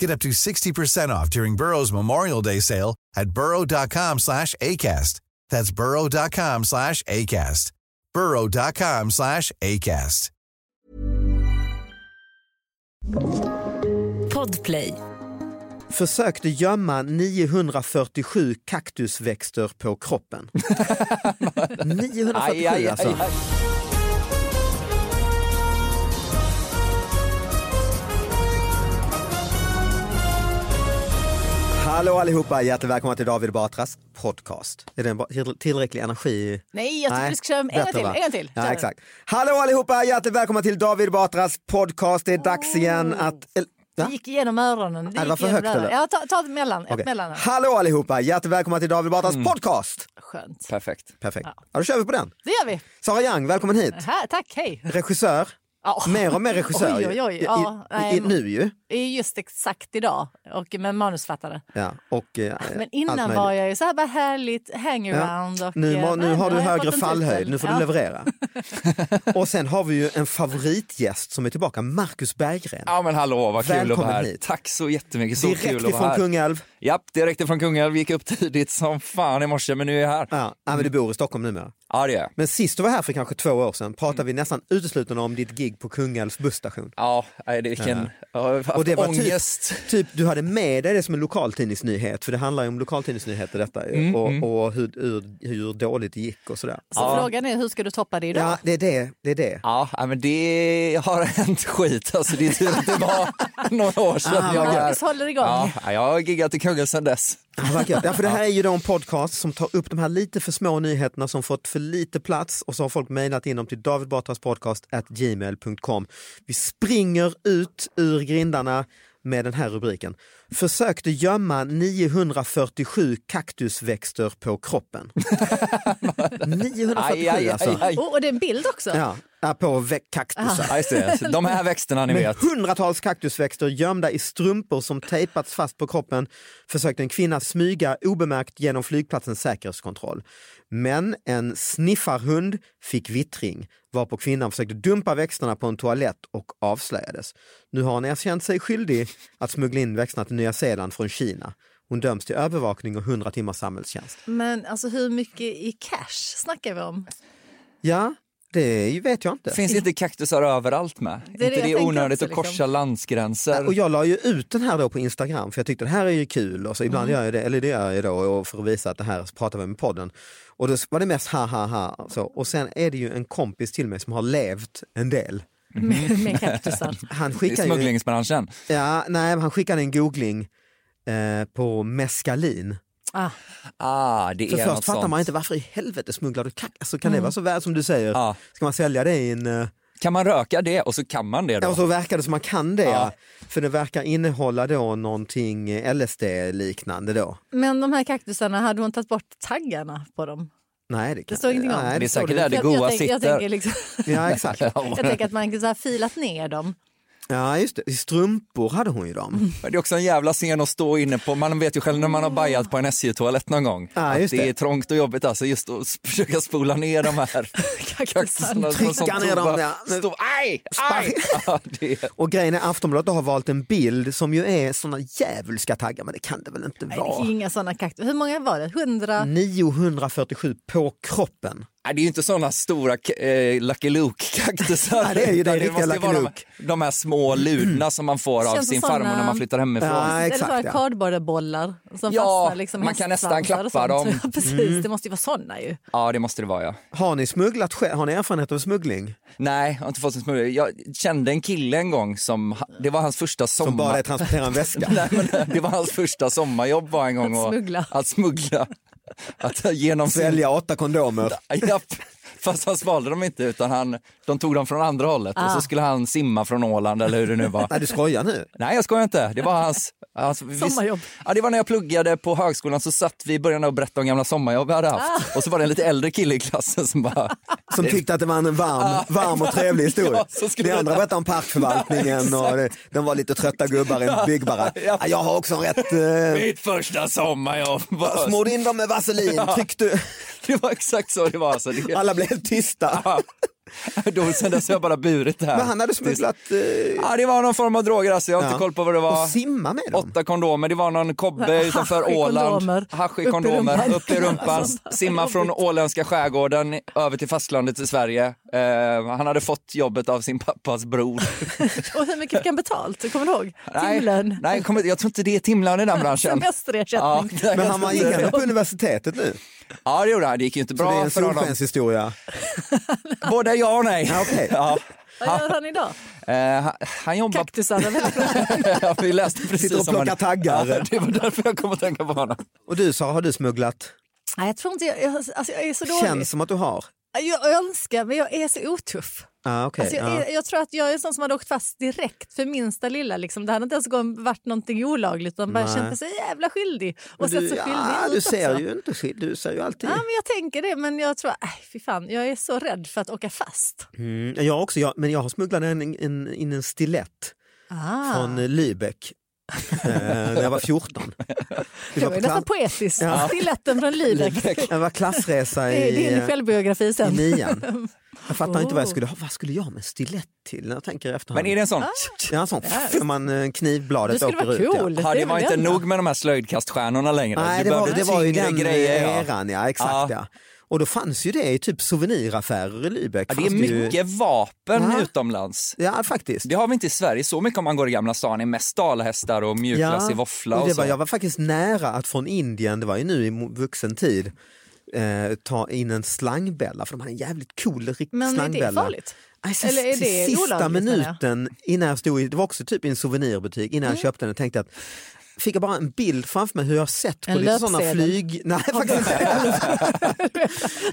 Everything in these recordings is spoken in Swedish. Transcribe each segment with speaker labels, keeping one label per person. Speaker 1: Get up to 60% off during Burrow's Memorial Day sale at burrow.com slash ACAST. That's burrow.com slash ACAST. burrow.com slash ACAST.
Speaker 2: Podplay.
Speaker 3: Försökte gömma 947 kaktusväxter på kroppen. 947 alltså. Hallå allihopa, hjärtligt välkomna till David Batras podcast. Är den ba- till- tillräcklig energi?
Speaker 4: Nej, jag tycker du ska köra en gång
Speaker 3: bättre,
Speaker 4: till,
Speaker 3: va?
Speaker 4: en gång till. Kör
Speaker 3: Ja,
Speaker 4: den.
Speaker 3: exakt. Hallå allihopa, hjärtligt välkomna till David Batras podcast. Det är dags igen att... el-
Speaker 4: Det
Speaker 3: Va?
Speaker 4: gick igenom öronen.
Speaker 3: Äh, det
Speaker 4: gick
Speaker 3: var för
Speaker 4: igenom
Speaker 3: högt,
Speaker 4: öronen.
Speaker 3: eller?
Speaker 4: Ja, ta, ta ett mellan.
Speaker 3: Okej.
Speaker 4: Ett mellan.
Speaker 3: Hallå allihopa, hjärtligt välkomna till David Batras podcast.
Speaker 4: Skönt.
Speaker 5: Mm. Perfekt.
Speaker 3: Perfekt. Ja, då kör vi på den.
Speaker 4: Det gör vi.
Speaker 3: Sara Young, välkommen hit.
Speaker 4: Äh, Här, tack, hej.
Speaker 3: Regissör.
Speaker 4: Ja.
Speaker 3: Mer och mer regissör
Speaker 4: Oj,
Speaker 3: ju.
Speaker 4: oj, oj.
Speaker 3: I-
Speaker 4: Ja,
Speaker 3: i,
Speaker 4: nej,
Speaker 3: i, nu ju.
Speaker 4: Det är just exakt idag och med manusförfattare.
Speaker 3: Ja, och, eh,
Speaker 4: Men
Speaker 3: allt
Speaker 4: innan
Speaker 3: möjligt.
Speaker 4: var jag ju så här bara härligt hangaround.
Speaker 3: Ja.
Speaker 4: Och,
Speaker 3: Nu,
Speaker 4: eh,
Speaker 3: må- nu
Speaker 4: nej,
Speaker 3: har du
Speaker 4: jag
Speaker 3: högre
Speaker 4: fått en
Speaker 3: fallhöjd,
Speaker 4: titel.
Speaker 3: nu får
Speaker 4: Ja.
Speaker 3: du leverera. och sen har vi ju en favoritgäst som är tillbaka, Marcus Berggren.
Speaker 5: Ja men hallå, vad kul att vara
Speaker 3: Välkommen
Speaker 5: här.
Speaker 3: hit.
Speaker 5: Tack så jättemycket, så kul
Speaker 3: Direkt
Speaker 5: att vara
Speaker 3: ifrån
Speaker 5: här.
Speaker 3: Kungälv.
Speaker 5: Japp, direkt ifrån Kungälv. Vi gick upp tidigt som fan i morse men nu är jag här.
Speaker 3: Ja, ja, men du
Speaker 5: Mm.
Speaker 3: bor i Stockholm numera.
Speaker 5: Ja det är jag.
Speaker 3: Men sist du var här för kanske två år sedan
Speaker 5: Mm.
Speaker 3: pratade vi nästan uteslutande om ditt gig på Kungälvs busstation.
Speaker 5: Ja, nej, det vilken ja.
Speaker 3: Och det var
Speaker 5: ångest.
Speaker 3: typ, typ, du hade med dig det som en lokaltidningsnyhet, för det handlar ju om lokaltidningsnyheter detta ju.
Speaker 5: Mm,
Speaker 3: och, och hur, hur, hur dåligt det gick och sådär.
Speaker 4: Så frågan är hur ska du toppa det idag?
Speaker 3: Ja, det är det. det, är det.
Speaker 5: Ja, nej, men det har hänt skit. Alltså, det är tur att det var några år sedan
Speaker 3: Ah,
Speaker 5: jag var här.
Speaker 4: Marcus håller igång.
Speaker 5: Ja, nej, jag har giggat i Kungälv sedan dess.
Speaker 3: Ja, vad gött. ja, för det här är ju då en podcast som tar upp de här lite för små nyheterna som fått för lite plats och så har folk mejlat in dem till davidbatraspodcast.gmail.com. Vi springer ut ur grindarna med den här rubriken. Försökte gömma 947 kaktusväxter på kroppen. 947
Speaker 5: Aj, aj, aj,
Speaker 3: alltså.
Speaker 5: aj.
Speaker 4: Och, och det är en bild också.
Speaker 3: Ja, ja, på vä- kaktusar.
Speaker 5: Ja, just det. De här växterna ni
Speaker 3: Med
Speaker 5: vet.
Speaker 3: hundratals kaktusväxter gömda i strumpor som tejpats fast på kroppen försökte en kvinna smyga obemärkt genom flygplatsens säkerhetskontroll. Men en sniffarhund fick vittring varpå kvinnan försökte dumpa växterna på en toalett och avslöjades. Nu har hon erkänt sig skyldig att smuggla in växterna till Nya Zeeland från Kina. Hon döms till övervakning och 100 timmars samhällstjänst.
Speaker 4: Men alltså hur mycket i cash snackar vi om?
Speaker 3: Ja, det vet jag inte.
Speaker 5: Finns inte kaktusar överallt med?
Speaker 4: det
Speaker 5: inte
Speaker 4: jag
Speaker 5: det
Speaker 4: tänkte
Speaker 5: är onödigt
Speaker 4: också,
Speaker 5: att korsa
Speaker 4: liksom.
Speaker 5: landsgränser?
Speaker 3: Och jag la ju ut den här då på Instagram för jag tyckte det här är ju kul och så ibland
Speaker 5: Mm.
Speaker 3: gör jag det, eller det gör jag då och för att visa att det här pratar vi med podden. Och då var det mest ha ha ha. Så. Och sen är det ju en kompis till mig som har levt en del.
Speaker 4: Med, med kaktusar.
Speaker 3: Han
Speaker 5: I
Speaker 3: skickar ju,
Speaker 5: smugglingsbranschen?
Speaker 3: ja, nej, men han skickade en googling eh, på meskalin.
Speaker 4: Ah,
Speaker 5: Ah, det
Speaker 3: För
Speaker 5: är något
Speaker 3: först fattar
Speaker 5: sånt. Mm.
Speaker 3: man inte varför i helvete smugglar du kack? Alltså, kan det vara så väl som du säger?
Speaker 5: Ja.
Speaker 3: Ska man sälja det i en... eh,
Speaker 5: Kan man röka det och så kan man det då?
Speaker 3: Ja, och så verkar det som man kan det,
Speaker 5: Ja.
Speaker 3: ja. för det verkar innehålla då någonting eh, LSD-liknande då.
Speaker 4: Men de här kaktusarna, hade hon tagit bort taggarna på dem?
Speaker 3: Nej, det, kan,
Speaker 4: Det står ingenting om.
Speaker 3: nej,
Speaker 4: Det är
Speaker 3: står
Speaker 5: säkert
Speaker 3: det
Speaker 5: där
Speaker 4: Jag-
Speaker 5: goa
Speaker 4: jag, tänker- jag
Speaker 5: sitter.
Speaker 4: tänker liksom,
Speaker 3: Ja exakt.
Speaker 4: jag tänker att man kan så här filat ner dem
Speaker 3: Ja, just det. I strumpor hade hon ju
Speaker 4: Mm.
Speaker 3: dem.
Speaker 5: Men Det är också en jävla scen att stå inne på. Man vet ju själv när man har bajat på en SJ-toalett någon gång.
Speaker 3: Ja,
Speaker 5: att
Speaker 3: just
Speaker 5: det
Speaker 3: det.
Speaker 5: är trångt och jobbigt alltså. Just att s- försöka spola ner de här kaktusarna.
Speaker 3: Trycka
Speaker 5: som
Speaker 3: ner dem
Speaker 5: tobak.
Speaker 3: där. Nu-
Speaker 5: Stå, aj, aj! Ja, det är,
Speaker 3: Och grejen är Aftonbladet har valt en bild som ju är såna djävulska taggar, men det kan det väl inte
Speaker 4: Nej, det är
Speaker 3: vara?
Speaker 4: inga sådana kaktus. Hur många var det? 100?
Speaker 3: Mm. 947 på kroppen.
Speaker 5: Nej, det är ju inte sådana stora k- eh, Lucky Luke-kaktusar.
Speaker 3: Nej, det är ju det
Speaker 5: Utan
Speaker 3: riktiga
Speaker 5: måste
Speaker 3: Lucky
Speaker 5: vara de-
Speaker 3: Luke.
Speaker 5: De här små ludna som man får av
Speaker 4: Känns
Speaker 5: sin
Speaker 4: som
Speaker 5: farmor
Speaker 4: såna-
Speaker 5: när man flyttar hemifrån.
Speaker 3: Ja,
Speaker 4: Eller så
Speaker 3: exakt.
Speaker 4: här
Speaker 3: Ja.
Speaker 4: kardborrebollar som
Speaker 5: Ja,
Speaker 4: fastnar liksom i
Speaker 5: man kan nästan
Speaker 4: hästsvansar och
Speaker 5: klappa
Speaker 4: sånt.
Speaker 5: dem.
Speaker 4: Ja, precis, det måste ju vara sådana ju.
Speaker 5: Ja, det måste det vara ja.
Speaker 3: Har ni smugglat själv? Har ni erfarenhet av smuggling?
Speaker 5: Nej, jag har inte fått en smörja. Jag kände en kille en gång som, det var hans första sommar.
Speaker 3: Som bara är att transportera en väska?
Speaker 5: Nej, men det var hans första sommarjobb var en gång.
Speaker 4: Att
Speaker 5: och-
Speaker 4: smuggla.
Speaker 5: Att smuggla. Att genom sin-
Speaker 3: Svälja åtta kondomer?
Speaker 5: Japp. Fast han svalde dem inte utan han, de tog dem från andra hållet och så
Speaker 4: Ah.
Speaker 5: skulle han simma från Åland eller hur det nu var.
Speaker 3: Nej, du skojar nu?
Speaker 5: Nej jag skojar inte, det var hans... hans vi-
Speaker 4: Sommarjobb.
Speaker 5: Ja, det var när jag pluggade på högskolan så satt vi i början och berättade om gamla sommarjobb vi hade
Speaker 4: Ah.
Speaker 5: haft och så var det en lite äldre kille i klassen som bara
Speaker 3: Som tyckte att det var en varm, varm och trevlig historia.
Speaker 5: Ja, så skulle
Speaker 3: De
Speaker 5: det
Speaker 3: andra
Speaker 5: vara.
Speaker 3: berättade om parkförvaltningen och det, de var lite trötta gubbar i en byggbarack.
Speaker 5: ja.
Speaker 3: Ja, jag har också en rätt... Eh,
Speaker 5: Mitt första sommarjobb! Bara-
Speaker 3: smorde in dem med vaselin, tryckte...
Speaker 5: Det var exakt så det var. Alltså. Det,
Speaker 3: Alla blev helt tysta.
Speaker 5: Ja. Då, sen dess har jag bara burit det här.
Speaker 3: Men han hade smugglat... Eh,
Speaker 5: Ja, det var någon form av droger alltså. Jag har
Speaker 3: Ja.
Speaker 5: inte koll på vad det var.
Speaker 3: och simma med dem.
Speaker 5: Åtta kondomer, det var någon kobbe
Speaker 4: Hasch i
Speaker 5: utanför
Speaker 4: kondomer.
Speaker 5: Åland. Hasch
Speaker 4: Upp
Speaker 5: i
Speaker 4: i rumpan. Alltså,
Speaker 5: kondomer, upp i rumpan, simma från åländska skärgården över till fastlandet i Sverige. Eh, han hade fått jobbet av sin pappas bror.
Speaker 4: Och hur mycket fick han betalt? Kommer du ihåg? Timlön?
Speaker 5: Nej, nej kom, inte- jag tror inte det är timlön i den branschen. Ja,
Speaker 4: Semesterersättning?
Speaker 5: nej,
Speaker 3: Men han
Speaker 5: jag tror
Speaker 3: var
Speaker 5: inte
Speaker 3: gick
Speaker 5: det.
Speaker 3: ändå på universitetet nu.
Speaker 5: Ja, det gjorde han. Det gick ju inte
Speaker 3: Så det är
Speaker 5: bra
Speaker 3: en
Speaker 5: för honom.
Speaker 3: solskenshistoria.
Speaker 5: Både ja och nej.
Speaker 3: Ja, okej.
Speaker 5: Ja.
Speaker 4: Vad gör han idag?
Speaker 5: Eh, han, han jobbar
Speaker 4: Kaktusar? över hela platsen.
Speaker 5: ja, vi läste precis
Speaker 3: Sitter och
Speaker 5: om han-
Speaker 3: plockar taggar.
Speaker 5: Ja, det var därför jag kom att tänka på honom.
Speaker 3: Och du Sara, har du smugglat?
Speaker 4: Nej, jag tror inte jag, jag, alltså, jag är så dålig.
Speaker 3: Känns som att du har.
Speaker 4: Jag önskar, men jag är så otuff.
Speaker 3: Ah, okay,
Speaker 4: Alltså, jag,
Speaker 3: ja.
Speaker 4: är, jag tror att jag är en sån som hade åkt fast direkt för minsta lilla. Liksom. Det hade inte ens gått- varit någonting olagligt utan bara
Speaker 3: Nej.
Speaker 4: känt sig jävla skyldig. Och sett
Speaker 3: du,
Speaker 4: så skyldig
Speaker 3: ja,
Speaker 4: ut
Speaker 3: du ser
Speaker 4: också. Ah.
Speaker 3: ju inte skild, du ser ju alltid.
Speaker 4: Ja, men jag tänker det, men jag tror... Äh, fy fan, jag är så rädd för att åka fast.
Speaker 3: Mm, jag också, jag, men jag har smugglat en, en, en, in en stilett
Speaker 4: Ah,
Speaker 3: från Lübeck eh, när jag var 14. Vi
Speaker 4: det
Speaker 3: var
Speaker 4: var ju
Speaker 3: på
Speaker 4: nästan
Speaker 3: klass,
Speaker 4: poetiskt.
Speaker 3: Ja.
Speaker 4: Stiletten från Lübeck. Det
Speaker 3: jag var klassresa
Speaker 4: är
Speaker 3: i,
Speaker 4: din
Speaker 3: eh,
Speaker 4: självbiografi
Speaker 3: i
Speaker 4: sen.
Speaker 3: nian. Jag fattar inte vad jag
Speaker 4: Oh.
Speaker 3: skulle ha. Vad skulle jag med en stilett till? När jag tänker efter
Speaker 5: Men är det en sån?
Speaker 3: Ja, en sån. När man eh,
Speaker 4: Du
Speaker 3: knivbladet
Speaker 4: skulle
Speaker 3: åker
Speaker 4: vara
Speaker 3: ut.
Speaker 4: cool.
Speaker 5: Ja, det var
Speaker 4: är
Speaker 5: inte
Speaker 4: väl det
Speaker 5: nog
Speaker 4: enda.
Speaker 5: med de här slöjdkaststjärnorna längre.
Speaker 3: Nej,
Speaker 5: Du
Speaker 3: det var,
Speaker 5: behövde
Speaker 3: det var ju
Speaker 5: tyngre
Speaker 3: den eh,
Speaker 5: grejer. ja.
Speaker 3: eran, ja. Exakt, ja.
Speaker 5: Ja.
Speaker 3: Och då fanns ju det i typ souveniraffärer i Lübeck.
Speaker 5: Ja, det är
Speaker 3: fanns ju-
Speaker 5: mycket vapen
Speaker 3: Ja.
Speaker 5: utomlands.
Speaker 3: Ja, faktiskt.
Speaker 5: Det har vi inte i Sverige så mycket om man går i Gamla stan. Det är mest dalhästar och mjukglass i våffla
Speaker 3: och
Speaker 5: och,
Speaker 3: det
Speaker 5: så.
Speaker 3: var, jag var faktiskt nära att från Indien, det var ju nu i mo- vuxen tid, eh, ta in en slangbälla, för de hade en jävligt cool rik-
Speaker 4: Men är
Speaker 3: slangbälla.
Speaker 4: det farligt?
Speaker 3: Nej, sist,
Speaker 4: Eller är det
Speaker 3: sista
Speaker 4: olagligt, menar jag? Mm.
Speaker 3: minuten innan jag stod i, det var också typ i en souvenirbutik, innan jag köpte den tänkte jag att Fick jag bara en bild framför mig hur jag sett på
Speaker 4: En
Speaker 3: lite sådana
Speaker 4: löpsedel.
Speaker 3: flyg... Nej, faktiskt inte.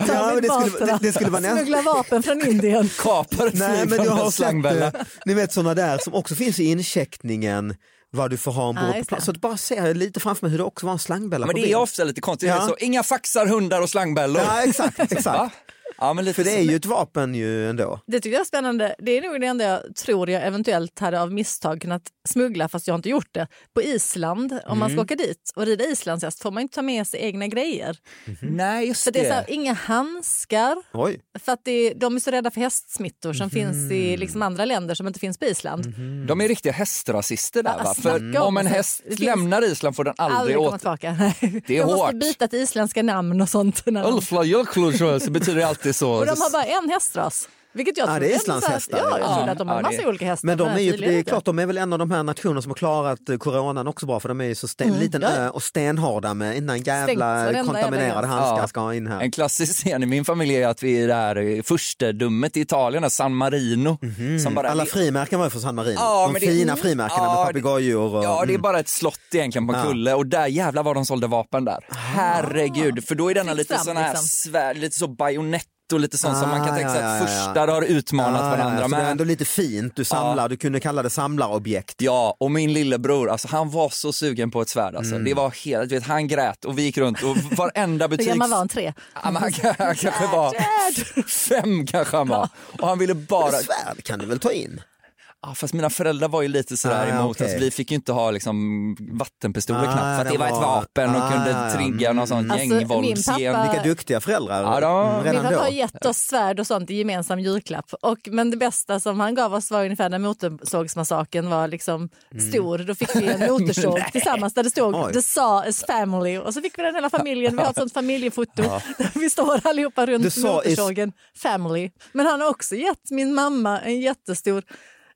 Speaker 3: Ja, men det skulle- det- det skulle vara nästan-
Speaker 4: Smuggla vapen från Indien.
Speaker 5: Kapar ett
Speaker 3: Nej,
Speaker 5: flyg
Speaker 3: men
Speaker 5: från
Speaker 3: jag
Speaker 5: en
Speaker 3: har
Speaker 5: slangbälla.
Speaker 3: sett, eh, ni vet sådana där som också finns i incheckningen, vad du får ha ombord
Speaker 4: Ja,
Speaker 3: på
Speaker 4: just
Speaker 3: plats.
Speaker 4: det.
Speaker 3: Så att bara ser jag lite framför mig hur det också var en slangbälla
Speaker 5: Men
Speaker 3: på
Speaker 5: det är
Speaker 3: bild.
Speaker 5: ofta lite konstigt. Det är
Speaker 3: Ja.
Speaker 5: Så, inga faxar, hundar och slangbällor.
Speaker 3: Ja, exakt,
Speaker 5: Va?
Speaker 3: exakt.
Speaker 5: Ja, men lite
Speaker 3: För det är
Speaker 5: så.
Speaker 3: ju ett vapen ju ändå.
Speaker 4: Det tycker jag är spännande. Det är nog det enda jag tror jag eventuellt hade av misstag kunnat smuggla, fast jag har inte gjort det. På Island, om man
Speaker 5: Mm.
Speaker 4: ska åka dit och rida islandshäst får man inte ta med sig egna grejer.
Speaker 5: Nej, just
Speaker 4: För det är så här, inga handskar,
Speaker 3: Oj.
Speaker 4: för att det är, de är så rädda för hästsmittor
Speaker 5: Mhm.
Speaker 4: som finns i liksom andra länder som inte finns på Island.
Speaker 5: De är riktiga hästrasister där
Speaker 4: Mm. Ja,
Speaker 5: va?
Speaker 4: snacka
Speaker 5: För
Speaker 4: om
Speaker 5: om en
Speaker 4: det.
Speaker 5: häst
Speaker 4: Det finns-
Speaker 5: lämnar Island får den aldrig,
Speaker 4: Aldrig komma
Speaker 5: åter...
Speaker 4: tillbaka. Nej.
Speaker 5: Det är
Speaker 4: de måste
Speaker 5: hårt.
Speaker 4: byta till isländska namn och sånt. När de,
Speaker 5: Ulfla Jökull tror jag, så betyder det alltid så.
Speaker 4: och de har bara en hästras. Vilket jag
Speaker 3: Ja,
Speaker 4: trodde
Speaker 3: det är
Speaker 4: ändå så här-
Speaker 3: islandshästar.
Speaker 4: Ja, jag
Speaker 3: Ja.
Speaker 4: trodde att de har
Speaker 5: Ja,
Speaker 4: massa
Speaker 5: det-
Speaker 4: olika hästar.
Speaker 3: Men de är ju,
Speaker 4: tydligen
Speaker 3: det är
Speaker 4: inte.
Speaker 3: klart, de är väl en av de här nationerna som har klarat eh, coronan också bra för de är ju så sten, liten ö och stenharda med innan jävla
Speaker 4: Mm. varenda jävla
Speaker 3: kontaminerade
Speaker 4: gräns.
Speaker 3: handskar
Speaker 5: Ja.
Speaker 3: ska in här.
Speaker 5: En klassisk scen i min familj är att vi är där första dummet i Italien, där San Marino. Som bara,
Speaker 3: Mhm. Alla
Speaker 5: det-
Speaker 3: frimärken var ju från San Marino.
Speaker 5: Ja,
Speaker 3: de
Speaker 5: men det-
Speaker 3: fina frimärkena
Speaker 5: Ja,
Speaker 3: med
Speaker 5: det-
Speaker 3: papegojor. Och...
Speaker 5: Ja, det är
Speaker 3: mm.
Speaker 5: bara ett slott egentligen på en
Speaker 3: Ja. Ah.
Speaker 5: kulle och där jävlar vad de sålde vapen där. Herregud, för då är denna
Speaker 4: Fritt
Speaker 5: lite
Speaker 4: fram,
Speaker 5: sån här
Speaker 4: liksom.
Speaker 5: svärd, lite så bajonett och lite sånt som
Speaker 3: Ah,
Speaker 5: man kan tänka sig
Speaker 3: ja,
Speaker 5: att
Speaker 3: ja, ja. Ah,
Speaker 5: första har utmanat
Speaker 3: Ja, ja,
Speaker 5: varandra.
Speaker 3: så Det är
Speaker 5: men
Speaker 3: ändå lite fint, du samlar, du kunde kalla det samlarobjekt.
Speaker 5: Ja, och min lillebror, alltså, han var så sugen på ett svärd. Alltså. Det var helt, du vet, han grät och vi gick runt och varenda
Speaker 4: Mm. Hur
Speaker 5: butik...
Speaker 4: gammal var han? Tre?
Speaker 5: Ja, men han, han kanske var fem kanske han var. Och han ville bara...
Speaker 3: Svärd kan du väl ta in?
Speaker 5: ah, fast mina föräldrar var ju lite sådär
Speaker 3: Ah,
Speaker 5: emot.
Speaker 3: okej.
Speaker 5: Alltså, vi fick ju inte ha liksom, vattenpistoler
Speaker 3: Ah,
Speaker 5: knappt för att
Speaker 3: det
Speaker 5: det var ett
Speaker 3: var-
Speaker 5: vapen och
Speaker 3: Ah,
Speaker 5: kunde trigga någon sån
Speaker 4: Alltså, min
Speaker 5: gängvåldsgen.
Speaker 4: pappa-
Speaker 3: Vilka duktiga föräldrar
Speaker 5: Ja, de-
Speaker 3: mm,
Speaker 4: Min
Speaker 3: redan
Speaker 4: pappa har
Speaker 3: då.
Speaker 4: gett oss svärd och sånt i gemensam julklapp. Och, men det bästa som han gav oss var ungefär när motorsågsmassakern var liksom stor. Då fick vi en motorsåg tillsammans där det stod
Speaker 3: Mm. Oj.
Speaker 4: The Saw is family. Och så fick vi den hela familjen. Vi har ett sånt familjefoto där vi står allihopa
Speaker 3: The
Speaker 4: runt
Speaker 3: Saw is-
Speaker 4: motorsågen. Family. Men han har också gett min mamma en jättestor,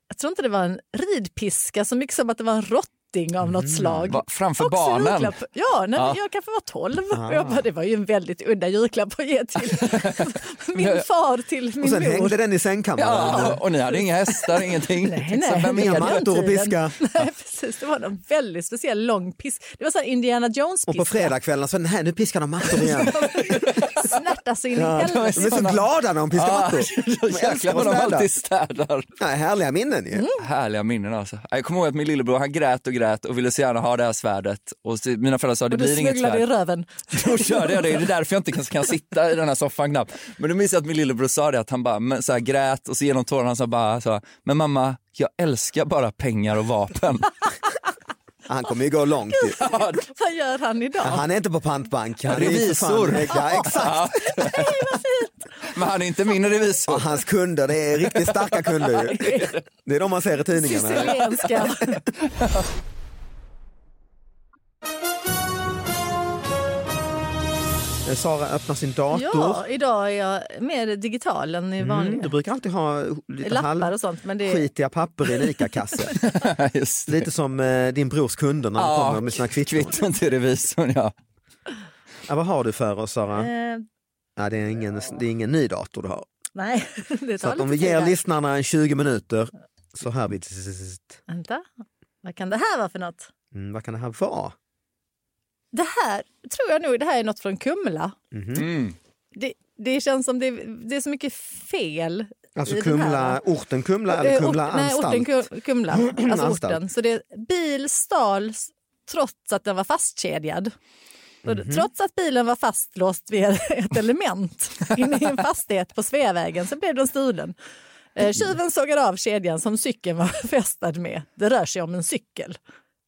Speaker 4: jag tror inte det var en ridpiska så mycket som att det var en rotting av
Speaker 3: Mm.
Speaker 4: något slag.
Speaker 5: Va, framför
Speaker 4: Också en
Speaker 5: barnen.
Speaker 4: julklapp. Ja, nej,
Speaker 5: Ja.
Speaker 4: jag kanske var 12.
Speaker 3: Ah.
Speaker 4: Och jag bara, det var ju en väldigt udda julklapp att ge till min far till min
Speaker 3: Och sen
Speaker 4: mor.
Speaker 3: hängde den i sängkammaren.
Speaker 5: Ja, och ni hade inga hästar, ingenting.
Speaker 4: Nej, nej.
Speaker 5: Så vem
Speaker 3: Inga
Speaker 5: är det?
Speaker 3: mattor och piska.
Speaker 4: Nej, precis. Det var en väldigt speciell lång pisk. Det var så här Indiana
Speaker 3: Och på
Speaker 4: Jones-pisk.
Speaker 3: fredagskvällen så nej, nu piskar de mattor igen.
Speaker 4: Snärta så in i
Speaker 3: De är
Speaker 4: helvete.
Speaker 3: så glada när de piskar
Speaker 5: Ah,
Speaker 3: mattor. De
Speaker 5: Jäklar
Speaker 3: älskar
Speaker 5: vad
Speaker 3: att
Speaker 5: de
Speaker 3: städa.
Speaker 5: alltid städar.
Speaker 3: Nej, härliga minnen ju.
Speaker 5: Härliga minnen alltså. Jag kommer ihåg att min lillebror han grät och grät och ville så gärna ha det här svärdet. Och så, mina föräldrar sa det
Speaker 4: Och du
Speaker 5: blir inget
Speaker 4: smugglade i
Speaker 5: svärd.
Speaker 4: röven.
Speaker 5: Då körde jag det, det är därför jag inte kan, kan sitta i den här soffan knappt. Men då minns jag att min lillebror sa det att han bara men, så här, grät och så genom tårarna han sa bara så här, men mamma jag älskar bara pengar och vapen.
Speaker 3: Han kommer ju gå långt ju.
Speaker 4: Vad gör han idag?
Speaker 3: Han är inte på pantbank. Han är ju för
Speaker 5: Revisor.
Speaker 3: fan- Ja, exakt.
Speaker 5: men han är inte min revisor.
Speaker 3: Och hans kunder, det är riktigt starka kunder ju. Det är de man ser i tidningarna.
Speaker 4: Sicilienska.
Speaker 3: Sara öppnar sin dator. Mm,
Speaker 4: Ja, idag är jag mer digital än i vanliga.
Speaker 3: Du brukar alltid ha lite
Speaker 4: Lappar och
Speaker 3: halv...
Speaker 4: sånt. Men det är...
Speaker 3: skitiga papper i en ICA-kasse.
Speaker 5: Just det.
Speaker 3: Lite som eh, din brors kunder när de
Speaker 5: Ja,
Speaker 3: kommer med sina kvitton.
Speaker 5: Kvitton till revisorn ja.
Speaker 3: Ja, vad har du för oss Sara?
Speaker 4: Eh,
Speaker 3: Ja, det, är ingen, det är ingen ny dator du har.
Speaker 4: nej, det
Speaker 3: Så
Speaker 4: tar
Speaker 3: att om
Speaker 4: lite
Speaker 3: vi
Speaker 4: tid
Speaker 3: ger
Speaker 4: här.
Speaker 3: lyssnarna en 20 minuter så hör vi... zzzzt.
Speaker 4: Vänta, vad kan det här vara för något?
Speaker 3: Mm, vad kan det här vara?
Speaker 4: Det här tror jag nog det här är något från Kumla.
Speaker 3: Mhm.
Speaker 5: Mm.
Speaker 4: Det, det känns som det, det är så mycket fel.
Speaker 3: Alltså
Speaker 4: i den här,
Speaker 3: Kumla,
Speaker 4: va?
Speaker 3: orten Kumla eller
Speaker 4: Eh,
Speaker 3: Kumla
Speaker 4: ort- nej,
Speaker 3: anstalt?
Speaker 4: orten Ku- Kumla. Alltså
Speaker 3: Anstalt.
Speaker 4: orten. Så det är bil stals trots att den var fastkedjad. Så
Speaker 3: Mhm.
Speaker 4: det- Trots att bilen var fastlåst vid ett element inne i en fastighet på Sveavägen så blev den stulen. Eh, Tjuven sågade av kedjan som cykeln var fästad med. Det rör sig om en cykel.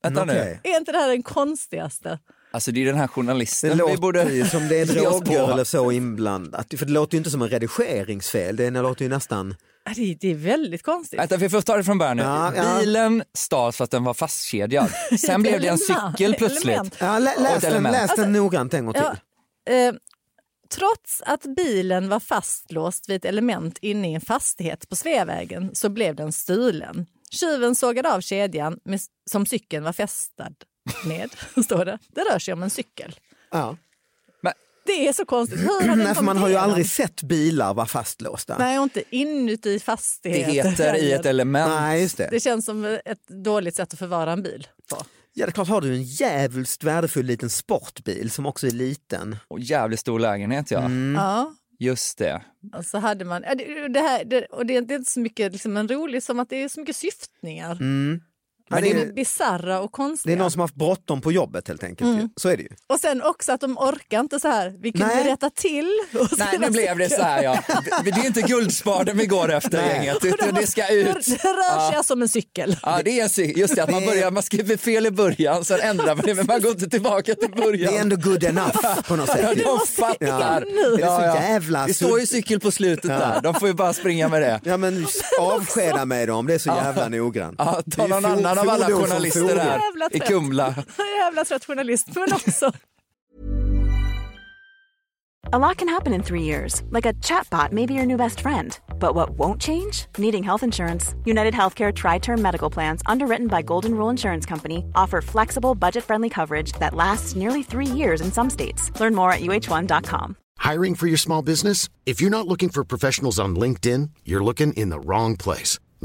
Speaker 5: Vänta nu.
Speaker 3: Okej.
Speaker 4: Är inte det här den konstigaste?
Speaker 5: Alltså det är den här
Speaker 3: Det
Speaker 5: journalisten vi
Speaker 3: låter ju
Speaker 5: borde
Speaker 3: som det är
Speaker 5: ge oss på.
Speaker 3: droger eller så inblandat. För det låter ju inte som en redigeringsfel, det låter ju nästan...
Speaker 4: Ja, Det, det är väldigt konstigt.
Speaker 5: Vänta, vi får ta det från början nu.
Speaker 3: Ja, ja.
Speaker 5: Bilen stals för att den var fastkedjad. Sen blev det en
Speaker 4: Element.
Speaker 5: cykel plötsligt.
Speaker 4: Element.
Speaker 3: Ja, lä-
Speaker 5: Och
Speaker 3: läs,
Speaker 5: ett
Speaker 3: den,
Speaker 5: element.
Speaker 3: läs den noggrant en gång till.
Speaker 4: Ja, eh, trots att bilen var fastlåst vid ett element inne i en fastighet på Sveavägen så blev den stulen. Tjuven sågade av kedjan med, som cykeln var fästad med. Står det. det rör sig om en cykel.
Speaker 3: Ja.
Speaker 4: Det är så konstigt. Hur har den
Speaker 3: Nej, för man har ju
Speaker 4: kommit
Speaker 3: aldrig
Speaker 4: igenom?
Speaker 3: sett bilar vara fastlåsta.
Speaker 4: Nej, och inte inuti
Speaker 5: Det
Speaker 4: fastigheten.
Speaker 5: heter i ett element.
Speaker 3: Nej, just det.
Speaker 4: Det känns som ett dåligt sätt att förvara en bil på.
Speaker 3: Ja, det är klart, har du en jävligt värdefull liten sportbil som också är liten.
Speaker 5: Och jävligt stor lägenhet ja.
Speaker 3: Mm.
Speaker 4: Ja.
Speaker 5: Just det.
Speaker 4: Och så hade man, ja, det, det här, det, och det, är- det är inte så mycket liksom, en rolig som att det är så mycket syftningar.
Speaker 3: Ja, Mm. det,
Speaker 4: Det
Speaker 3: är,
Speaker 4: är bisarra och
Speaker 3: det
Speaker 4: konstiga.
Speaker 3: är någon som har haft bråttom på jobbet helt enkelt. ju. Så är det ju.
Speaker 4: Och sen också att de orkar inte så här, vi kunde
Speaker 3: Nej.
Speaker 4: rätta till. Och
Speaker 5: Nej,
Speaker 4: sen-
Speaker 5: nu blev det så här ja. Det det är inte guldspaden vi går efter
Speaker 3: Nej.
Speaker 5: gänget, utan det ska ut.
Speaker 4: Det rör sig som en cykel.
Speaker 5: Ja, det är en cykel. Just det, att man, börjar, man skriver fel i början, sen ändrar man det, men man går inte tillbaka till början.
Speaker 3: Det är ändå good enough på något
Speaker 5: Ja,
Speaker 3: sätt. ju.
Speaker 5: de
Speaker 3: Ja.
Speaker 5: fattar.
Speaker 3: Det är så jävla
Speaker 5: Det står ju cykel på slutet där, de får ju bara springa med det.
Speaker 3: Ja men avskeda mig då om det är så jävla noggrann.
Speaker 5: Ja,
Speaker 3: Det
Speaker 5: ta
Speaker 3: är
Speaker 5: någon
Speaker 3: fo-
Speaker 5: annan av alla
Speaker 3: fordon som
Speaker 5: journalister
Speaker 3: fordon.
Speaker 5: här
Speaker 4: Jävla
Speaker 5: i
Speaker 4: trött.
Speaker 5: Kumla.
Speaker 4: Jävla trött journalist, men också.
Speaker 2: A lot can happen in three years, like a chatbot may be your new best friend. But what won't change? Needing health insurance. United Healthcare Tri Term Medical Plans, underwritten by Golden Rule Insurance Company, offer flexible, budget friendly coverage that lasts nearly three years in some states. Learn more at uh1.com.
Speaker 6: Hiring for your small business? If you're not looking for professionals on LinkedIn, you're looking in the wrong place.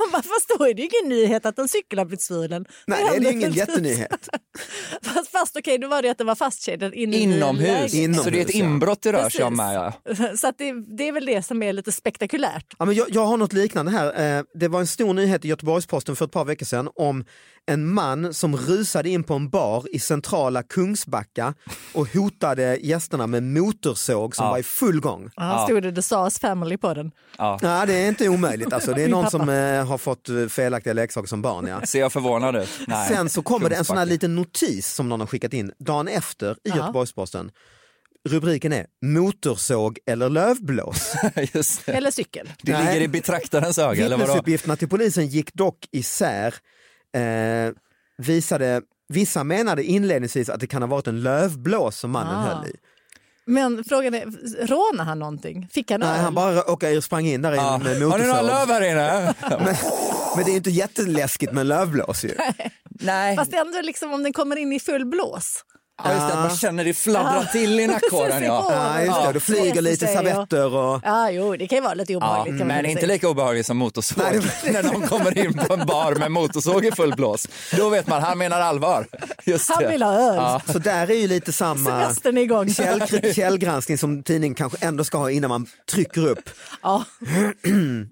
Speaker 4: Man bara, fast då är det ju ingen nyhet att en cykel har blivit svulen.
Speaker 3: Nej, det är ju
Speaker 4: händer
Speaker 3: ingen
Speaker 4: inte.
Speaker 3: jättenyhet.
Speaker 4: Fast, fast okej, då var det att den var fastkedjad inne i
Speaker 5: Inomhus.
Speaker 4: lägenheten.
Speaker 5: Så det är ett
Speaker 3: Inomhus, ja.
Speaker 5: inbrott det rör sig om
Speaker 4: Precis.
Speaker 5: här ja.
Speaker 4: Så att det, det är väl det som är lite spektakulärt.
Speaker 3: Ja, men jag, jag har något liknande här. Eh, Det var en stor nyhet i Göteborgs-Posten för ett par veckor sedan om en man som rusade in på en bar i centrala Kungsbacka och hotade gästerna med motorsåg som var i full gång.
Speaker 4: Ja, Här stod det The Sars Family på den.
Speaker 3: Nej, det är inte omöjligt. Alltså, det är
Speaker 4: Min
Speaker 3: någon
Speaker 4: pappa.
Speaker 3: som eh, har fått eh, felaktiga leksaker som barn. Ja.
Speaker 5: Ser jag förvånad ut? Nej.
Speaker 3: Sen så kommer det en sån här
Speaker 5: Kungsbacka.
Speaker 3: liten notis som någon har skickat in dagen efter i Göteborgs-Posten. Rubriken är Motorsåg eller lövblås.
Speaker 5: Just det.
Speaker 4: Eller cykel.
Speaker 5: det
Speaker 3: Nej.
Speaker 5: ligger i betraktarens öga eller vadå?
Speaker 3: Vittnesuppgifterna till polisen gick dock isär. Eh, visade, vissa menade inledningsvis att det kan ha varit en lövblås som mannen
Speaker 4: Ah.
Speaker 3: höll i.
Speaker 4: Men frågan är, rånade han någonting? Fick han
Speaker 3: Nej,
Speaker 4: öl?
Speaker 3: han bara och sprang in där
Speaker 5: Ja.
Speaker 3: inne med
Speaker 5: Ah. Har ni några löv
Speaker 3: motorsåg.
Speaker 5: här inne?
Speaker 3: Men, men det är ju inte jätteläskigt med en lövblås ju.
Speaker 5: Nej.
Speaker 4: Fast ändå liksom om den kommer in i full blås.
Speaker 5: Ja, just det, att man känner det fladdra till i nackhåren.
Speaker 4: Precis, i
Speaker 5: Ja.
Speaker 4: håret.
Speaker 3: Ja, just det. Då flyger
Speaker 4: Reser
Speaker 3: lite
Speaker 4: sig och-
Speaker 3: servetter och...
Speaker 4: Ja, jo, det kan ju vara lite
Speaker 5: Ja,
Speaker 4: obehagligt. kan man
Speaker 5: men
Speaker 4: väl
Speaker 5: inte
Speaker 4: säga.
Speaker 5: lika obehagligt som motorsåg. När någon kommer in på en bar med motorsåg i full blås, då vet man, han menar allvar. Just
Speaker 4: Han
Speaker 5: det.
Speaker 4: vill ha öl.
Speaker 5: Ja.
Speaker 3: Så där är ju lite samma
Speaker 4: Semestern är igång.
Speaker 3: källkri- källgranskning som tidningen kanske ändå ska ha innan man trycker upp.
Speaker 4: Ja.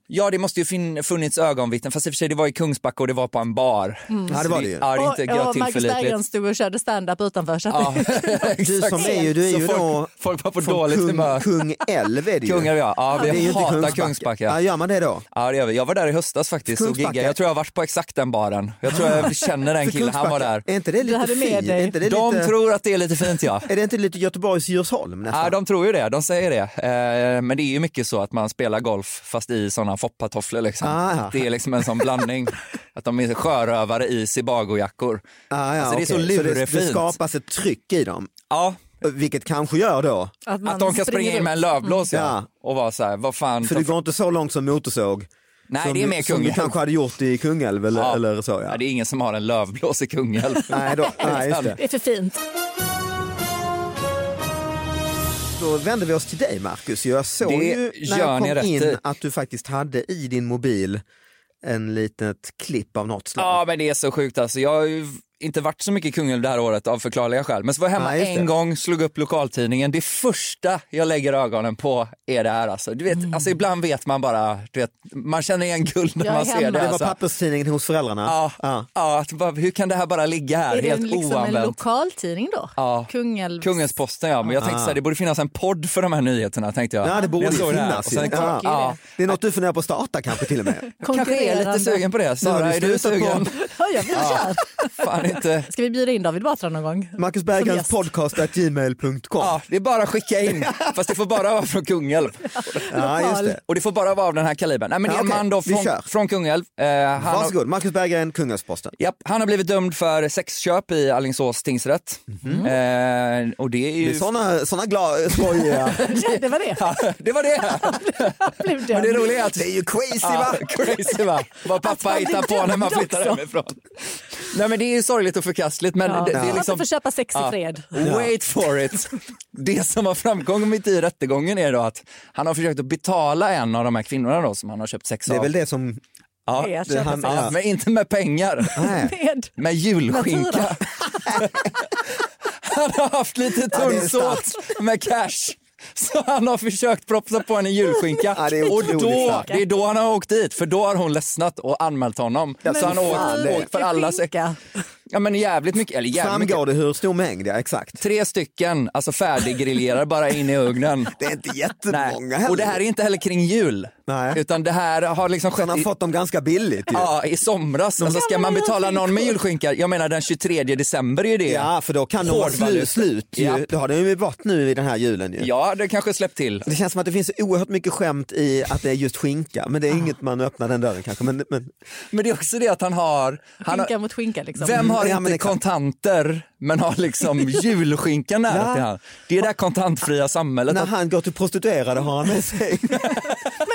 Speaker 5: Ja, det måste ju fin- funnits ögonvittnen, fast i och för sig det var i Kungsbacka och det var på en bar.
Speaker 3: Ja, det var det ju.
Speaker 5: Ja, det är inte
Speaker 4: och,
Speaker 5: ja,
Speaker 4: och Marcus Berggren
Speaker 5: tillförlitligt.
Speaker 4: stod och körde stand-up utanför. Så att
Speaker 5: Ja,
Speaker 3: Du som är ju, du är
Speaker 5: Så
Speaker 3: ju
Speaker 5: folk,
Speaker 3: då
Speaker 5: folk var på
Speaker 3: från
Speaker 5: dåligt
Speaker 3: kung,
Speaker 5: humör.
Speaker 3: Kung älv är det ju.
Speaker 5: Kungar ja, ja
Speaker 3: Det är
Speaker 5: vi
Speaker 3: ju inte
Speaker 5: hatar Kungsbacka.
Speaker 3: Ja, gör man det då?
Speaker 5: Ja, det gör vi. Jag var där i höstas faktiskt och
Speaker 3: Kungsbacka.
Speaker 5: giggade. Jag tror jag har varit på exakt den baren. Jag tror jag känner den
Speaker 3: För
Speaker 5: killen, han var
Speaker 3: Kungsbacka,
Speaker 5: där.
Speaker 3: Är inte det lite
Speaker 4: hade med
Speaker 3: fint?
Speaker 4: dig.
Speaker 3: Är, inte det
Speaker 5: De
Speaker 3: lite,
Speaker 5: tror att det är lite fint ja.
Speaker 3: är det inte lite Göteborgs Djursholm nästan?
Speaker 5: Ja, de tror ju det. De säger det. Eh, men det är ju mycket så att man spelar golf fast i sådana foppatofflor. Liksom.
Speaker 3: Ah, ja.
Speaker 5: Det är liksom en sån blandning. att de är sjörövare i Sibago-jackor.
Speaker 3: Ah, ja,
Speaker 5: alltså, det är så
Speaker 3: okej. det, det
Speaker 5: lurefint.
Speaker 3: skapas ett tryck i dem,
Speaker 5: Ja,
Speaker 3: vilket kanske gör då,
Speaker 4: man
Speaker 5: att de kan springa
Speaker 4: springer
Speaker 5: in med en
Speaker 4: ut.
Speaker 5: lövblås ja.
Speaker 3: Mm. Ja.
Speaker 5: och vara så här, vad fan.
Speaker 3: för du går inte så långt som motorsåg.
Speaker 5: Nej,
Speaker 3: som,
Speaker 5: det är mer
Speaker 3: Som du
Speaker 5: Kungälv.
Speaker 3: kanske hade gjort i Kungälv eller,
Speaker 5: Ja.
Speaker 3: eller så. Ja.
Speaker 5: Ja, det är ingen som har en lövblås i Kungälv.
Speaker 3: Nej, då, nej, just det.
Speaker 4: Det är för fint.
Speaker 3: Då vänder vi oss till dig Marcus. Jag såg
Speaker 5: Det
Speaker 3: ju när
Speaker 5: gör
Speaker 3: jag
Speaker 5: ni
Speaker 3: kom
Speaker 5: rätt
Speaker 3: in
Speaker 5: i.
Speaker 3: att du faktiskt hade i din mobil en litet klipp av något slag.
Speaker 5: Ja men det är så sjukt alltså. Jag har ju inte varit så mycket i Kungälv det här året av förklarliga skäl. Men så var jag hemma
Speaker 3: Nej, just det.
Speaker 5: en gång, slog upp lokaltidningen. Det första jag lägger ögonen på är det här alltså. Du vet,
Speaker 3: Mm.
Speaker 5: alltså ibland vet man bara, du vet, man känner igen guld när
Speaker 4: Jag är
Speaker 5: man ser
Speaker 4: hemma.
Speaker 5: det.
Speaker 3: det var
Speaker 5: Alltså.
Speaker 3: papperstidningen hos föräldrarna.
Speaker 5: Ja,
Speaker 3: Ja.
Speaker 5: ja. att bara, hur kan det här bara ligga här
Speaker 4: Är det
Speaker 5: helt
Speaker 4: en- liksom en
Speaker 5: oanvänt?
Speaker 4: lokaltidning då?
Speaker 5: Ja.
Speaker 4: Kungälvs...
Speaker 5: Kungälvsposten ja, men jag tänkte så här, det borde finnas en podd för de här nyheterna tänkte jag.
Speaker 3: Ah. Ja, det borde
Speaker 5: Jag
Speaker 3: ju
Speaker 5: såg här.
Speaker 3: finnas.
Speaker 5: Och
Speaker 3: ju.
Speaker 5: sen-
Speaker 3: ja.
Speaker 5: ja.
Speaker 3: Det är något du funderar på att starta kanske till och med.
Speaker 5: Kanske är lite sugen på det.
Speaker 3: Nu har
Speaker 5: Sara,
Speaker 3: du
Speaker 5: är du
Speaker 3: slutat på-
Speaker 5: sugen?
Speaker 4: Ja, jag blir kär.
Speaker 5: Fan inte.
Speaker 4: Ska vi bjuda in David Batra någon gång?
Speaker 3: Marcus
Speaker 4: Som
Speaker 3: Berggrens
Speaker 4: gäst.
Speaker 3: podcast at gmail.com.
Speaker 5: Ja, det är bara att skicka in, fast det får bara vara från Kungälv.
Speaker 3: ja, just det.
Speaker 5: Och det får bara vara av den här kalibern. Nej, men det är
Speaker 3: Ja,
Speaker 5: en
Speaker 3: okej.
Speaker 5: man då
Speaker 3: Vi
Speaker 5: från,
Speaker 3: kör.
Speaker 5: från Kungälv. Eh, han, har,
Speaker 3: Varsågod, Marcus Berggren, Kungälvsposten.
Speaker 5: japp, han har blivit dömd för sexköp i Alingsås tingsrätt. Eh, och det är
Speaker 3: Mhm. Det
Speaker 5: ju...
Speaker 3: är såna, såna glada, skojiga...
Speaker 4: Ja, det var det.
Speaker 5: Ja, det var det!
Speaker 4: Blev
Speaker 5: Men det
Speaker 4: dömd.
Speaker 5: roliga är att...
Speaker 3: Det är ju crazy
Speaker 5: Ja,
Speaker 3: va?
Speaker 5: crazy va? Vad pappa
Speaker 4: man blir
Speaker 5: hittar på när man
Speaker 4: dömd
Speaker 5: flyttar
Speaker 4: också.
Speaker 5: hemifrån. Nej men det är ju sorgligt och förkastligt men
Speaker 4: Ja.
Speaker 5: det, det är
Speaker 4: Man
Speaker 5: liksom...
Speaker 4: får köpa sex i fred.
Speaker 5: Wait for it. Det som var framgången mitt i rättegången är då att han har försökt att betala en av de här kvinnorna då som han har köpt sex
Speaker 3: Det är
Speaker 5: av.
Speaker 3: väl det som...
Speaker 5: ja,
Speaker 4: är att
Speaker 5: det-
Speaker 4: köpa
Speaker 5: han,
Speaker 4: sex.
Speaker 5: ja, men inte med pengar.
Speaker 3: Nej.
Speaker 4: Med
Speaker 5: Med julskinka.
Speaker 4: natura.
Speaker 5: Han har haft lite
Speaker 3: Ja, det är
Speaker 5: tunnsåt med cash. Så han har försökt propsa på henne julskinka.
Speaker 3: Ja, det är
Speaker 5: och
Speaker 3: otroligt
Speaker 5: då,
Speaker 3: starkt.
Speaker 5: det är då han har åkt dit, för då har hon ledsnat och anmält honom. så han har
Speaker 3: fan, det-
Speaker 5: åkt, åkt för alla sex.
Speaker 4: skinka.
Speaker 5: Ja men jävligt mycket, eller jävligt mycket.
Speaker 3: Framgår det hur stor mängd, ja exakt.
Speaker 5: Tre stycken, alltså färdiggriljerar bara in i ugnen.
Speaker 3: Det är inte
Speaker 5: Nej.
Speaker 3: jättemånga heller.
Speaker 5: Och det här är inte heller kring jul.
Speaker 3: Nej.
Speaker 5: Utan det här har liksom
Speaker 3: Han
Speaker 5: skett
Speaker 3: har
Speaker 5: i,
Speaker 3: fått dem ganska billigt ju.
Speaker 5: ja, i somras. Alltså, ska man betala någon med julskinka? Jag menar den 23 december är ju det.
Speaker 3: Ja, för då kan de vara
Speaker 5: Hårdvaluta.
Speaker 3: slut. slut ju.
Speaker 5: Ja.
Speaker 3: Det har det ju varit nu i den här julen ju.
Speaker 5: Ja, det kanske släppt till.
Speaker 3: Det känns som att det finns oerhört mycket skämt i att det är just skinka, men det är
Speaker 5: Ah.
Speaker 3: inget man öppnar den dörren kanske. Men, men...
Speaker 5: Men det är också det att han har... Han
Speaker 4: Skinka
Speaker 5: har
Speaker 4: mot skinka liksom.
Speaker 5: vem har
Speaker 3: Ja, men
Speaker 5: inte
Speaker 3: exakt.
Speaker 5: kontanter men har liksom julskinka nära
Speaker 3: Ja.
Speaker 5: till hand. Det är det här kontantfria samhället.
Speaker 3: När
Speaker 5: Att,
Speaker 3: han går till prostituerade har han med sig
Speaker 4: Men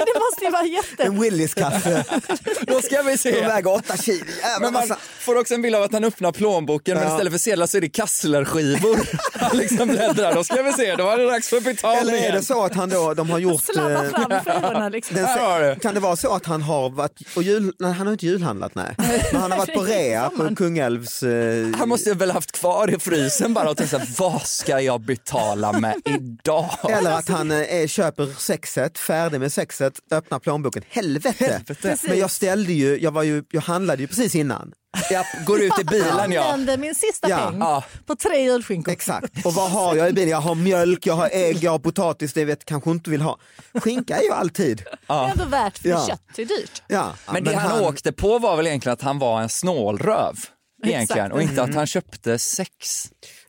Speaker 4: det måste ju vara jätte...
Speaker 3: en Willys-kaffe.
Speaker 5: då ska vi
Speaker 3: De
Speaker 5: se.
Speaker 3: väger åtta kilo. Jävla
Speaker 5: Men man
Speaker 3: massa.
Speaker 5: får också en bild av att han öppnar plånboken men
Speaker 3: alltså- Ja.
Speaker 5: istället för sedlar så är det kasslerskivor. han liksom bläddrar. Då ska vi se, då var det dags för
Speaker 3: Eller är
Speaker 5: betalningen.
Speaker 3: det så att han då, de har gjort...
Speaker 4: Slabba
Speaker 3: eh,
Speaker 4: fram skivorna liksom.
Speaker 3: Den,
Speaker 5: Här har du.
Speaker 3: se- kan det vara så att han har varit, och jul, nej, han har inte julhandlat nej, men han har varit på rea på Kungälvs, eh,
Speaker 5: Han måste väl haft kvar i frysen bara och tänkt så här, vad ska jag betala med idag?
Speaker 3: eller att han eh, är, köper sexet, färdig med sexet, öppnar plånboken, helvete! Men jag ställde ju, jag, var ju, jag handlade ju precis innan,
Speaker 5: Jag går ut i bilen
Speaker 4: Jag
Speaker 5: ja.
Speaker 4: använde min sista
Speaker 3: Ja.
Speaker 4: peng
Speaker 5: Ja.
Speaker 4: på tre julskinkor.
Speaker 3: exakt, och vad har jag i bilen? Jag har mjölk, jag har ägg, jag har potatis, det vet kanske inte vill ha. Skinka är ju alltid,
Speaker 4: Det är ändå värt för
Speaker 3: Ja.
Speaker 4: kött är dyrt.
Speaker 3: ja.
Speaker 5: Men det han, åkte på var väl egentligen att han var en snålröv. Egentligen.
Speaker 4: Exakt.
Speaker 5: Och inte att han köpte sex.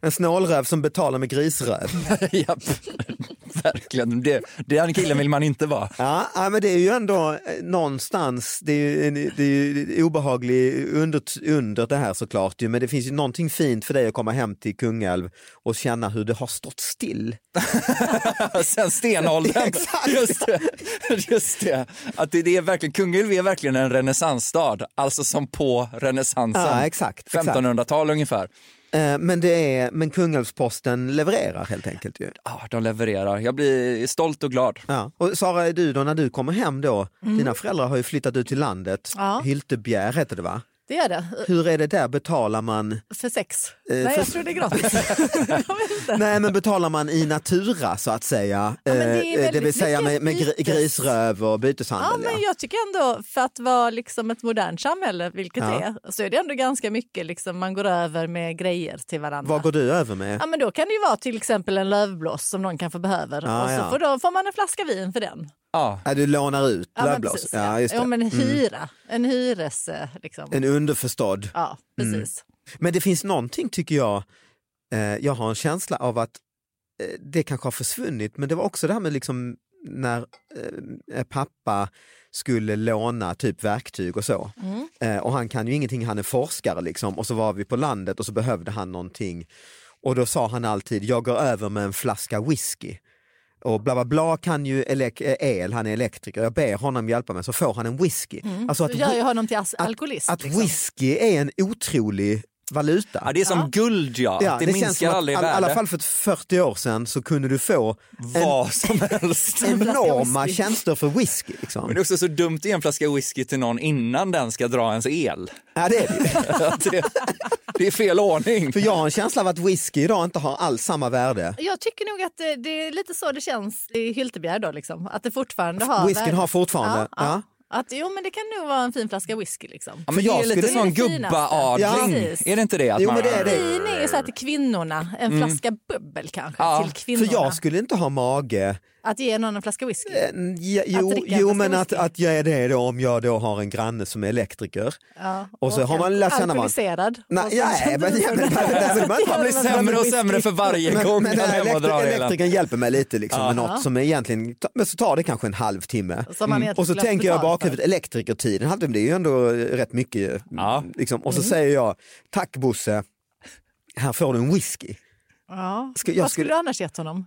Speaker 3: En snålröv som betalar med grisröv.
Speaker 5: Japp. Verkligen, det, den killen vill man inte vara.
Speaker 3: Ja, ja, men det är ju ändå eh, någonstans, det är ju, en- det är ju obehaglig under, under det här såklart ju, men det finns ju någonting fint för dig att komma hem till Kungälv och känna hur det har stått still.
Speaker 5: Sen stenåldern.
Speaker 3: Exakt.
Speaker 5: Just det. Just det. Att det, det är verkligen, Kungälv är verkligen en renässansstad, alltså som på renässansen.
Speaker 3: Ja, exakt, exakt.
Speaker 5: 1500-tal ungefär.
Speaker 3: Eh, Men, det är, men Kungälvsposten levererar helt enkelt ju.
Speaker 5: Ah, de levererar. Jag blir stolt och glad.
Speaker 3: Ja. Och Sara, är du då när du kommer hem då, dina föräldrar har ju flyttat ut till landet,
Speaker 4: Mm. Ja.
Speaker 3: Hyltebjer heter det va?
Speaker 4: Det gör det.
Speaker 3: Hur är det där, betalar man,
Speaker 4: För sex.
Speaker 3: Eh,
Speaker 4: Nej,
Speaker 3: för-
Speaker 4: jag tror det är gratis. jag vet inte.
Speaker 3: nej men betalar man i natura så att säga?
Speaker 4: men det är
Speaker 3: Eh, det, vill
Speaker 4: väldigt
Speaker 3: säga med,
Speaker 4: mycket
Speaker 3: med gri-
Speaker 4: bytes.
Speaker 3: grisröv och byteshandel?
Speaker 4: Ja, men jag tycker ändå, för att vara liksom ett modernt samhälle, vilket
Speaker 3: Ja.
Speaker 4: det är, så är det ändå ganska mycket liksom, man går över med grejer till varandra.
Speaker 3: Vad går du över med?
Speaker 4: Ja, men då kan det ju vara till exempel en lövblås som någon kanske behöver
Speaker 3: Ja,
Speaker 4: och så
Speaker 3: Ah, ja.
Speaker 4: får, då, får man en flaska vin för den.
Speaker 5: Ah.
Speaker 3: Ja, du lånar ut
Speaker 4: Ja, men
Speaker 3: lövblås.
Speaker 4: precis.
Speaker 3: Ja, just det. Mm.
Speaker 4: Jo, men hyra. En hyres... eh, Liksom.
Speaker 3: En Mm. underförstådd.
Speaker 4: Ja, precis.
Speaker 3: Men det finns någonting tycker jag, eh, jag har en känsla av att eh, det kanske har försvunnit, men det var också det här med liksom när eh, pappa skulle låna typ verktyg och så.
Speaker 4: Mm.
Speaker 3: Eh, och han kan ju ingenting, han är forskare liksom. Och så var vi på landet och så behövde han någonting. Och då sa han alltid, jag går över med en flaska whisky. Och bla bla bla kan ju elek- eh, el, han är elektriker, jag ber honom hjälpa mig så får han en whisky. Alltså
Speaker 4: Mm. Du gör ju honom till as- alkoholist.
Speaker 3: att
Speaker 4: liksom.
Speaker 3: whisky är en otrolig valuta.
Speaker 5: Ja, det är som guld ja,
Speaker 3: Ja,
Speaker 5: det,
Speaker 3: känns som
Speaker 5: minskar
Speaker 3: att
Speaker 5: aldrig i
Speaker 3: all- I alla
Speaker 5: värde.
Speaker 3: fall för 40 år sedan så kunde du få
Speaker 5: Vad som helst.
Speaker 3: enorma
Speaker 4: whisky.
Speaker 3: tjänster för whisky.
Speaker 5: Men
Speaker 3: Liksom.
Speaker 5: det är också så dumt att ge en flaska whisky till någon innan den ska dra ens el.
Speaker 3: Ja, det är det. ju.
Speaker 5: Att det, det är fel ordning.
Speaker 3: För jag har en känsla av att whisky idag inte har alls samma värde.
Speaker 4: Jag tycker nog att eh, det, det är lite så det känns i Hyltebjerg då, liksom. att det fortfarande har...
Speaker 3: Whiskyn har fortfarande.
Speaker 4: Ja, ja.
Speaker 3: Ja.
Speaker 4: Att, jo, men det kan nog vara en fin flaska whisky. Liksom.
Speaker 3: För
Speaker 5: Ja, men
Speaker 3: jag
Speaker 5: det är lite
Speaker 3: skulle-
Speaker 5: sån
Speaker 4: Det är det
Speaker 5: gubbaadling.
Speaker 4: finaste. Ja. Precis.
Speaker 5: Är det inte det? Att
Speaker 3: Jo, men det är det.
Speaker 4: Vin är ju så här till kvinnorna, en flaska bubbel kanske
Speaker 5: Ja,
Speaker 4: till
Speaker 3: För
Speaker 4: kvinnorna.
Speaker 3: jag skulle inte ha mage.
Speaker 4: Att ge någon en flaska whisky.
Speaker 3: Mm, ja, Jo,
Speaker 4: dricka en
Speaker 3: jo
Speaker 4: flaska
Speaker 3: men att,
Speaker 4: whisky.
Speaker 3: att jag är det då om jag då har en granne som är elektriker.
Speaker 4: Ja,
Speaker 3: Och så har man, lär känna man.
Speaker 4: Alkoholiserad.
Speaker 3: Nej,
Speaker 4: Och så-
Speaker 3: nej, men, nej, men, nej, men, man-
Speaker 5: Han blir sämre och sämre för varje gång
Speaker 3: men den
Speaker 5: han
Speaker 3: här
Speaker 5: är hemma och drar
Speaker 3: elektri-
Speaker 5: elen.
Speaker 3: elektrikern hjälper mig lite liksom, med något som egentligen, men så tar det kanske en halvtimme. Mm.
Speaker 4: Som man egentligen
Speaker 3: Och så
Speaker 4: skulle ha
Speaker 3: tänker jag i
Speaker 4: betalt för.
Speaker 3: bakhuvudet, elektrikertiden, en halvtimme, det är ju ändå rätt mycket.
Speaker 5: Ja.
Speaker 3: Liksom.
Speaker 4: Mm.
Speaker 3: Och så säger jag, tack Bosse, här får du en whisky.
Speaker 4: Ja.
Speaker 3: Ska- jag
Speaker 4: Vad skulle
Speaker 3: skulle-
Speaker 4: du annars gett honom?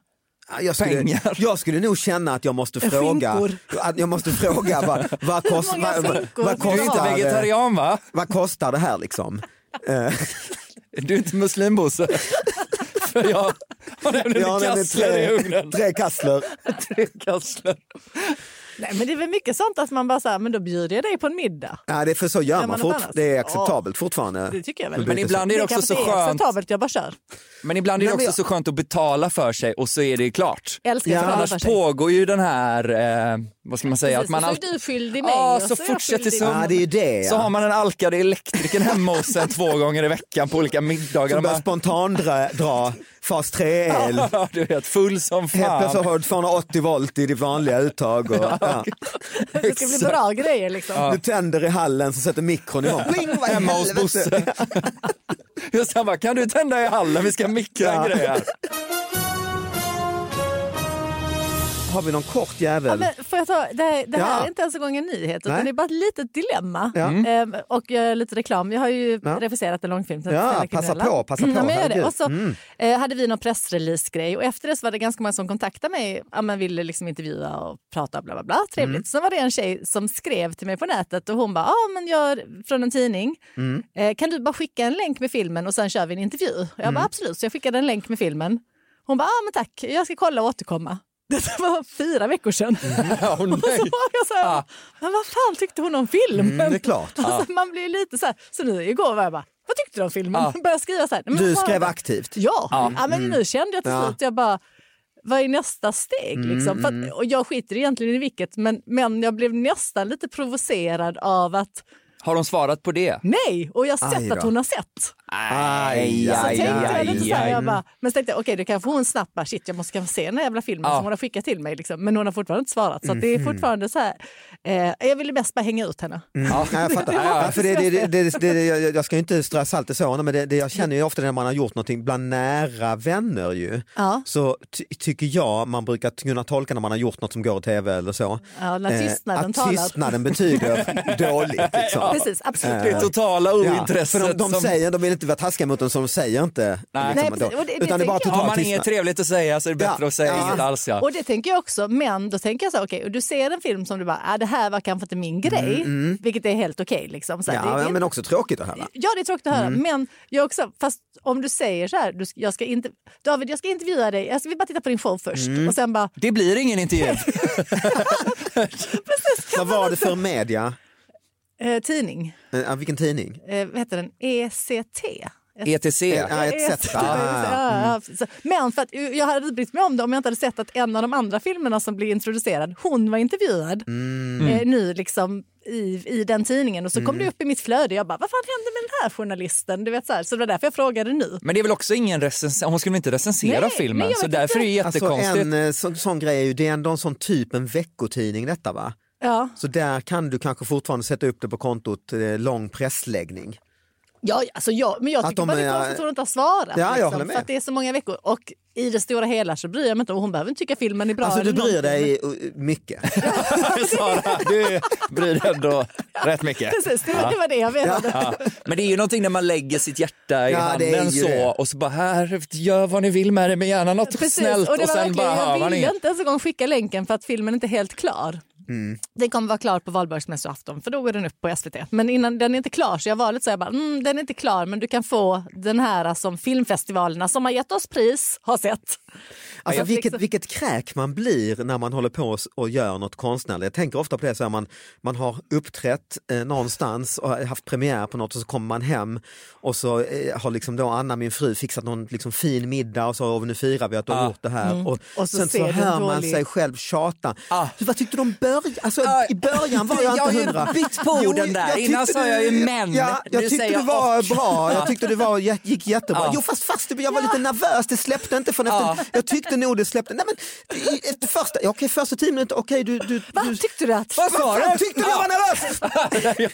Speaker 3: Jag skulle,
Speaker 5: Pengar.
Speaker 3: jag skulle nog känna att jag måste fråga,
Speaker 4: Skinkor.
Speaker 3: att jag måste fråga vad, vad, kost,
Speaker 4: många
Speaker 3: vad, vad,
Speaker 4: skinkor
Speaker 3: vad,
Speaker 4: vill
Speaker 5: Du är inte
Speaker 3: kostar, det-
Speaker 5: vegetarian va?
Speaker 3: vad kostar det här liksom?
Speaker 5: Du är inte muslim Bosse? För jag har nämligen
Speaker 3: nämligen
Speaker 5: kassler i ugnen.
Speaker 3: tre kassler.
Speaker 5: Tre kassler.
Speaker 4: Nej, men det är väl mycket sånt att man bara så här, men då bjuder jag dig på en middag.
Speaker 3: Ja, det är för så gör
Speaker 4: Gör
Speaker 3: man
Speaker 4: man
Speaker 3: fort,
Speaker 4: något annat?
Speaker 3: det är acceptabelt fortfarande.
Speaker 4: Det tycker jag väl.
Speaker 3: Det
Speaker 5: Men
Speaker 3: blir inte
Speaker 5: ibland är det också
Speaker 4: kanske
Speaker 5: så
Speaker 4: inte är
Speaker 5: skönt.
Speaker 4: acceptabelt, jag bara kör.
Speaker 5: Men ibland är det
Speaker 3: Nej, men
Speaker 5: också så skönt att betala för sig och så är det klart.
Speaker 4: Jag älskar
Speaker 3: Ja,
Speaker 4: att betala för
Speaker 5: Annars
Speaker 4: sig.
Speaker 5: pågår ju den här, eh, vad ska man säga,
Speaker 4: Precis,
Speaker 5: att man
Speaker 4: och så är
Speaker 5: alltid-
Speaker 4: du skyldig mig
Speaker 5: Ja,
Speaker 4: och
Speaker 5: så,
Speaker 4: så är jag
Speaker 5: fortsätter
Speaker 4: skyldig
Speaker 5: så.
Speaker 4: dig.
Speaker 3: Ja, det är ju det. Ja.
Speaker 5: Så har man den alkade elektrikern hemma hos sig två gånger i veckan på olika middagar.
Speaker 3: Som
Speaker 5: Och
Speaker 3: börjar
Speaker 5: Man,
Speaker 3: spontant dra, dra fas 3-el.
Speaker 5: Ja, du vet, full som
Speaker 3: Helt plötsligt
Speaker 5: fan.
Speaker 3: har du 280 volt i ditt vanliga uttag. Och, ja.
Speaker 4: Det ska bli bra grejer liksom.
Speaker 3: Du tänder i hallen så sätter mikron igång. Pling, vad i
Speaker 5: Hemma hos
Speaker 3: helvete?
Speaker 5: Bosse. Just det, han bara, kan du tända i hallen, vi ska mikra en grej här.
Speaker 3: Har vi någon kort jävel?
Speaker 4: Ja, men får jag ta, det här, det här
Speaker 3: Ja.
Speaker 4: är inte ens en gång en nyhet, utan
Speaker 3: Nej.
Speaker 4: det är bara ett litet dilemma.
Speaker 3: Ja.
Speaker 4: Ehm, och eh, lite reklam. Jag har ju
Speaker 3: Ja.
Speaker 4: regisserat en långfilm. som
Speaker 3: Ja,
Speaker 4: heter Stella
Speaker 3: passa
Speaker 4: Kriminella.
Speaker 3: på, passa på,
Speaker 4: Mm, Ja, men jag gör det.
Speaker 3: herregud.
Speaker 4: Och så eh, hade vi någon pressrelease-grej och efter det så var det ganska många som kontaktade mig. Ja, men ville liksom intervjua och prata bla bla bla. Trevligt.
Speaker 3: Mm.
Speaker 4: Sen var det en tjej som skrev till mig på nätet och hon bara, ah, men jag från en tidning.
Speaker 3: Mm.
Speaker 4: Eh, kan du bara skicka en länk med filmen och sen kör vi en intervju? Och Jag
Speaker 3: Mm.
Speaker 4: bara absolut, så jag skickade en länk med filmen. Hon bara, ah, men tack, jag ska kolla och återkomma. Det var fyra veckor sedan.
Speaker 3: Mm.
Speaker 5: Åh,
Speaker 4: Och så
Speaker 5: nej.
Speaker 4: var jag så här, men vad fan tyckte hon om filmen?
Speaker 3: Ah. Mm, det är klart.
Speaker 4: Alltså, man blir ju lite så här, så nu igår var jag bara, vad tyckte du om filmen?
Speaker 5: Ja.
Speaker 4: Började skriva så här. "Nej, men
Speaker 3: Ah. Du
Speaker 4: fan."
Speaker 3: skrev aktivt.
Speaker 4: Ja, ja. men nu kände jag till
Speaker 3: mm. Ja. Mm.
Speaker 4: slut, jag bara, vad är nästa steg? Liksom? För att, och jag skiter egentligen i vilket, men, men jag blev nästan lite provocerad av att
Speaker 5: Har de svarat på det?
Speaker 4: nej, och jag har
Speaker 3: Aj
Speaker 4: sett
Speaker 3: då.
Speaker 4: att hon har sett.
Speaker 3: Aj,
Speaker 4: Så
Speaker 3: aj,
Speaker 4: tänkte jag
Speaker 3: aj,
Speaker 4: lite så här,
Speaker 3: aj.
Speaker 4: jag bara, men så tänkte jag okej då kanske hon snabbt bara shit jag måste kanske se den här jävla filmen
Speaker 5: Ja.
Speaker 4: som hon har skickat till mig liksom. Men hon har fortfarande inte svarat så att det
Speaker 3: Mhm.
Speaker 4: är fortfarande så här, eh, jag ville mest bara hänga ut henne.
Speaker 3: Ja, jag fattar. Ja, för det, det, det, det, det, jag, jag ska ju inte strö salt i såren men det, det, jag känner ju ofta när man har gjort någonting bland nära vänner ju.
Speaker 4: Ja.
Speaker 3: Så ty, tycker jag man brukar kunna tolka när man har gjort något som går i tv eller så. Eh,
Speaker 4: Ja, när tystnaden
Speaker 3: att
Speaker 4: talar.
Speaker 3: tystnaden betyder dåligt. Liksom.
Speaker 4: Precis, absolut.
Speaker 5: Det totala
Speaker 3: Ja,
Speaker 5: ointresset.
Speaker 3: för de, de,
Speaker 5: som-
Speaker 3: säger, de vill inte vara taskiga mot en så de säger inte.
Speaker 5: Nej.
Speaker 4: Nej, precis. Och det- det
Speaker 3: utan det är bara
Speaker 4: tänker jag.
Speaker 5: Har
Speaker 3: total
Speaker 5: man inget
Speaker 3: tystnad.
Speaker 5: trevligt att säga så är det bättre
Speaker 3: Ja.
Speaker 5: att säga
Speaker 3: Ja.
Speaker 5: inget alls. Ja.
Speaker 4: Och det tänker jag också, men då tänker jag så här, okej, och du ser en film som du bara, äh, det här var kanske inte min grej, vilket är helt okej. liksom. Så här, det-
Speaker 3: Mm,
Speaker 4: det är
Speaker 3: Ja, ja,
Speaker 4: inte-
Speaker 3: men Mm. också tråkigt att höra.
Speaker 4: Ja, det är tråkigt att höra. Men jag också, fast om du säger så här, du, jag ska inte, David jag ska intervjua dig, jag vill bara titta på din show först.
Speaker 3: Mm.
Speaker 4: Och sen bara,
Speaker 5: Det blir ingen intervju.
Speaker 3: Vad var det för media?
Speaker 4: eh, tidning,
Speaker 3: Eh, vilken tidning?
Speaker 4: eh, vad heter den, ECT?
Speaker 5: ETC.
Speaker 4: Eh,
Speaker 3: Ja,
Speaker 4: Jag
Speaker 3: etc.
Speaker 4: vet.
Speaker 3: Ah. Mm.
Speaker 4: Ja, ja, Ah, så- Men för att eh, jag hade brytt mig om det om jag inte hade sett att en av de andra filmerna som blev introducerad, hon var intervjuad
Speaker 3: Mm.
Speaker 4: eh, nu liksom i, i den tidningen och så kom det upp i mitt flöde. Jag bara, vad fan hände med den här journalisten? Du vet, så, här. så det var därför jag frågade nu.
Speaker 5: Men det är väl också ingen recension, hon skulle inte recensera
Speaker 4: Nej, nej,
Speaker 5: filmen
Speaker 4: jag
Speaker 5: så
Speaker 4: vet
Speaker 5: därför är det
Speaker 3: Alltså
Speaker 5: jättekonstigt.
Speaker 3: en eh, sån, sån grej är ju, det är ändå en sån typ en veckotidning detta va?
Speaker 4: Ja,
Speaker 3: Så där kan du kanske fortfarande sätta upp det på kontot eh, lång pressläggning.
Speaker 4: ja, alltså, jag- men jag
Speaker 3: Att
Speaker 4: tycker
Speaker 3: de
Speaker 4: bara det är
Speaker 3: är-
Speaker 4: konstigt att hon inte har svarat. liksom,
Speaker 3: Ja, jag håller med.
Speaker 4: För att det är så många veckor. Och i det stora hela så bryr jag mig inte om hon behöver inte tycka filmen är bra.
Speaker 3: Alltså du
Speaker 4: eller
Speaker 3: bryr
Speaker 4: någonting.
Speaker 3: dig eh, mycket.
Speaker 5: Sara, du bryr dig ändå rätt mycket.
Speaker 4: Precis, det var, det, var det jag menade.
Speaker 5: Ja. Men det är ju någonting när man lägger sitt hjärta i
Speaker 3: Ja, det är
Speaker 5: handen
Speaker 3: ju
Speaker 5: så
Speaker 3: det.
Speaker 5: och så bara här, gör vad ni vill med det men gärna något snällt och,
Speaker 4: det var
Speaker 5: sen
Speaker 4: verkligen-
Speaker 5: bara hör
Speaker 4: Jag
Speaker 5: man
Speaker 4: ville
Speaker 5: inget.
Speaker 4: inte ens en gång skicka länken för att filmen inte är helt klar.
Speaker 5: Mm.
Speaker 4: Den kommer vara klar på valborgsmässoafton för då går den upp på SVT. Men innan den är inte klar så jag var lite så jag bara, mm, den är inte klar men du kan få den här som filmfestivalerna som har gett oss pris har sett.
Speaker 3: Alltså
Speaker 4: jag-
Speaker 5: liksom-
Speaker 3: vilket, vilket kräk man blir när man håller på och gör något konstnärligt. Jag tänker ofta på det, så här, man, man har uppträtt eh, någonstans och har haft premiär på något och så kommer man hem och så eh, har liksom då Anna, min fru, fixat någon liksom, fin middag och så och nu firar vi att du
Speaker 5: Ah.
Speaker 3: har gjort det här.
Speaker 5: Mm.
Speaker 3: Och,
Speaker 4: Och så
Speaker 3: sen
Speaker 4: ser
Speaker 3: så
Speaker 4: du
Speaker 3: hör man
Speaker 4: dålig-
Speaker 3: sig själv tjata.
Speaker 5: Ah.
Speaker 3: Vad tyckte du om början? Alltså,
Speaker 5: Ah.
Speaker 3: I början var
Speaker 5: Jag
Speaker 3: jag
Speaker 5: har
Speaker 3: inte
Speaker 5: ju
Speaker 3: hundra.
Speaker 5: bytt på
Speaker 3: Jo,
Speaker 5: orden där.
Speaker 3: jag tyckte
Speaker 5: Innan sa jag ju
Speaker 3: du-
Speaker 5: men.
Speaker 3: Ja, jag
Speaker 5: Nu
Speaker 3: tyckte
Speaker 5: säger
Speaker 3: du
Speaker 5: jag
Speaker 3: var
Speaker 5: och.
Speaker 3: bra, jag tyckte det var, jag gick jättebra. Jo fast, fast jag var lite nervös, det släppte inte förrän efter, jag tyckte nog det släppte. Nej, men, i- efter första, ja, okej, första tio minuter, okej du, du, du
Speaker 4: Vad tyckte du att...
Speaker 5: Vad sa
Speaker 3: Vad fan,
Speaker 5: du?
Speaker 3: tyckte du jag var nervös?
Speaker 5: Ja, det är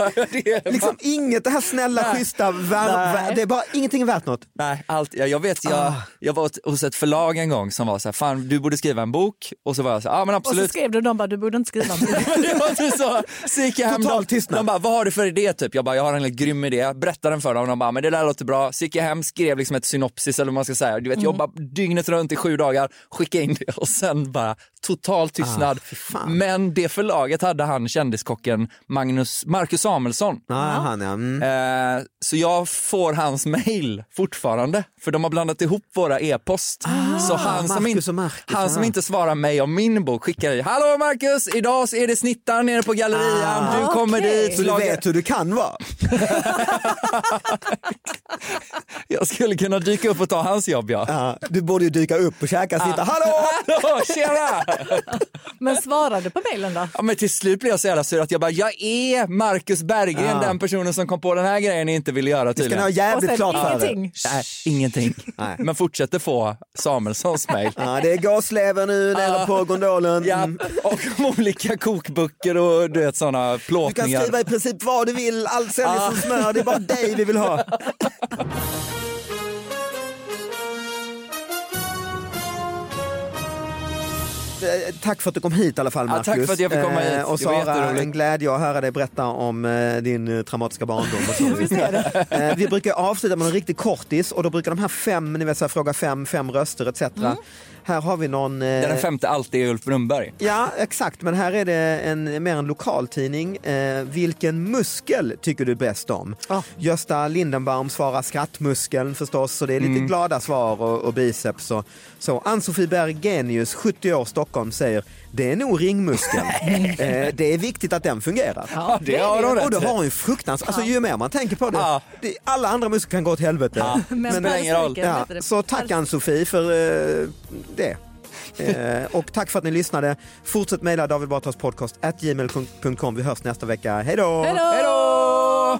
Speaker 5: bara-
Speaker 3: Liksom inget, det här snälla, schyssta, vär, vär, det är bara ingenting är värt något.
Speaker 5: Nej, allt, jag, jag vet, jag,
Speaker 3: Ah.
Speaker 5: jag var åt- hos ett förlag en gång som var så här, fan du borde skriva en bok och så var jag så här, ja men
Speaker 4: Och så
Speaker 5: absolut.
Speaker 4: skrev du och de bara, du borde inte skriva om det.
Speaker 5: det var inte så. Så gick jag hem,
Speaker 3: Total
Speaker 5: de,
Speaker 3: tystnad.
Speaker 5: de bara, vad har du för idé typ? Jag bara, jag har en helt grym idé, berätta den för dem. De bara, men det där låter bra. Så gick jag hem, skrev liksom ett synopsis eller vad man ska säga. Du vet,
Speaker 3: Mm.
Speaker 5: jobba dygnet runt i sju dagar, skicka in det och sen bara total tystnad.
Speaker 3: Ah,
Speaker 5: men det förlaget hade han kändiskocken Magnus, Marcus Samuelsson.
Speaker 3: Nej, han, ja. Mm.
Speaker 5: Eh, så jag får hans mail fortfarande, för de har blandat ihop våra e-post. så han som,
Speaker 3: Ah, Marcus
Speaker 5: inte-
Speaker 3: och Marcus,
Speaker 5: han som
Speaker 3: ah.
Speaker 5: inte svarar mig om min bok skickar ju, Hallå Marcus, idag så är det snittar nere på gallerian, du
Speaker 4: Ah,
Speaker 5: kommer
Speaker 4: okej.
Speaker 5: dit.
Speaker 3: Så du
Speaker 5: lagar-
Speaker 3: vet hur du kan vara.
Speaker 5: Jag skulle kunna dyka upp och ta hans jobb ja.
Speaker 3: Ja, du borde ju dyka upp och käka, sitta, hallå!
Speaker 5: Hallå, tjena!
Speaker 4: Men svarade på mejlen då?
Speaker 5: Ja, men till slut blev jag så jävla sur att jag bara, jag är Marcus Berggren, den personen som kom på den här grejen ni inte ville göra
Speaker 3: Det ska ni
Speaker 5: tydligen.
Speaker 3: ha
Speaker 4: Och
Speaker 3: jävligt
Speaker 4: sen
Speaker 3: klart för er.
Speaker 4: ingenting.
Speaker 5: Nej, ingenting.
Speaker 3: Nej.
Speaker 5: Men fortsätter få Samuelssons mail.
Speaker 3: Ja, det är gaslever nu nere på gondolen.
Speaker 5: Ja,
Speaker 3: Mm.
Speaker 5: och om olika kokböcker och du vet sådana
Speaker 3: Du kan
Speaker 5: plåtningar.
Speaker 3: skriva i princip vad du vill, allt säljer som
Speaker 5: Ah.
Speaker 3: smör, det är bara dig vi vill ha. Eh, tack för att du kom hit i alla fall
Speaker 5: Ja,
Speaker 3: Marcus.
Speaker 5: tack för att jag fick komma hit.
Speaker 3: Eh, Och
Speaker 5: Det var
Speaker 3: Sara,
Speaker 5: jätteroligt.
Speaker 3: en glädje att höra dig berätta om eh, din eh, traumatiska barndom. Och så. Eh, vi brukar avsluta med en riktig kortis och då brukar de här fem, ni vet så här, fråga fem, fem röster etc. Här har vi någon... eh,
Speaker 5: Där Mm. den femte alltid är Ulf Brunnberg.
Speaker 3: Ja, exakt. Men här är det en, mer en lokaltidning. Eh, vilken muskel tycker du bäst om? Gösta Lindenbaum svarar skrattmuskeln förstås, så det är lite
Speaker 5: Mm.
Speaker 3: glada svar och, och biceps. Och, så Ann-Sofie Bergenius, 70 år, Stockholm, säger det är nog ringmuskeln. eh, det är viktigt att den fungerar.
Speaker 5: Ja, det har hon
Speaker 3: Och
Speaker 5: rätt
Speaker 3: det
Speaker 5: i.
Speaker 3: har en fruktansvärt, alltså ju mer man tänker på det,
Speaker 5: Ja.
Speaker 3: det alla andra muskler kan gå åt helvete.
Speaker 4: Men
Speaker 5: spelar ingen roll.
Speaker 4: Bergsviken heter det.
Speaker 3: Så tack Ann-Sofie för eh, det. Eh, och tack för att ni lyssnade. Fortsätt mejla David Batras podcast at gmail.com. Vi hörs nästa vecka. Hej då!
Speaker 4: Hej då!
Speaker 5: Hej då!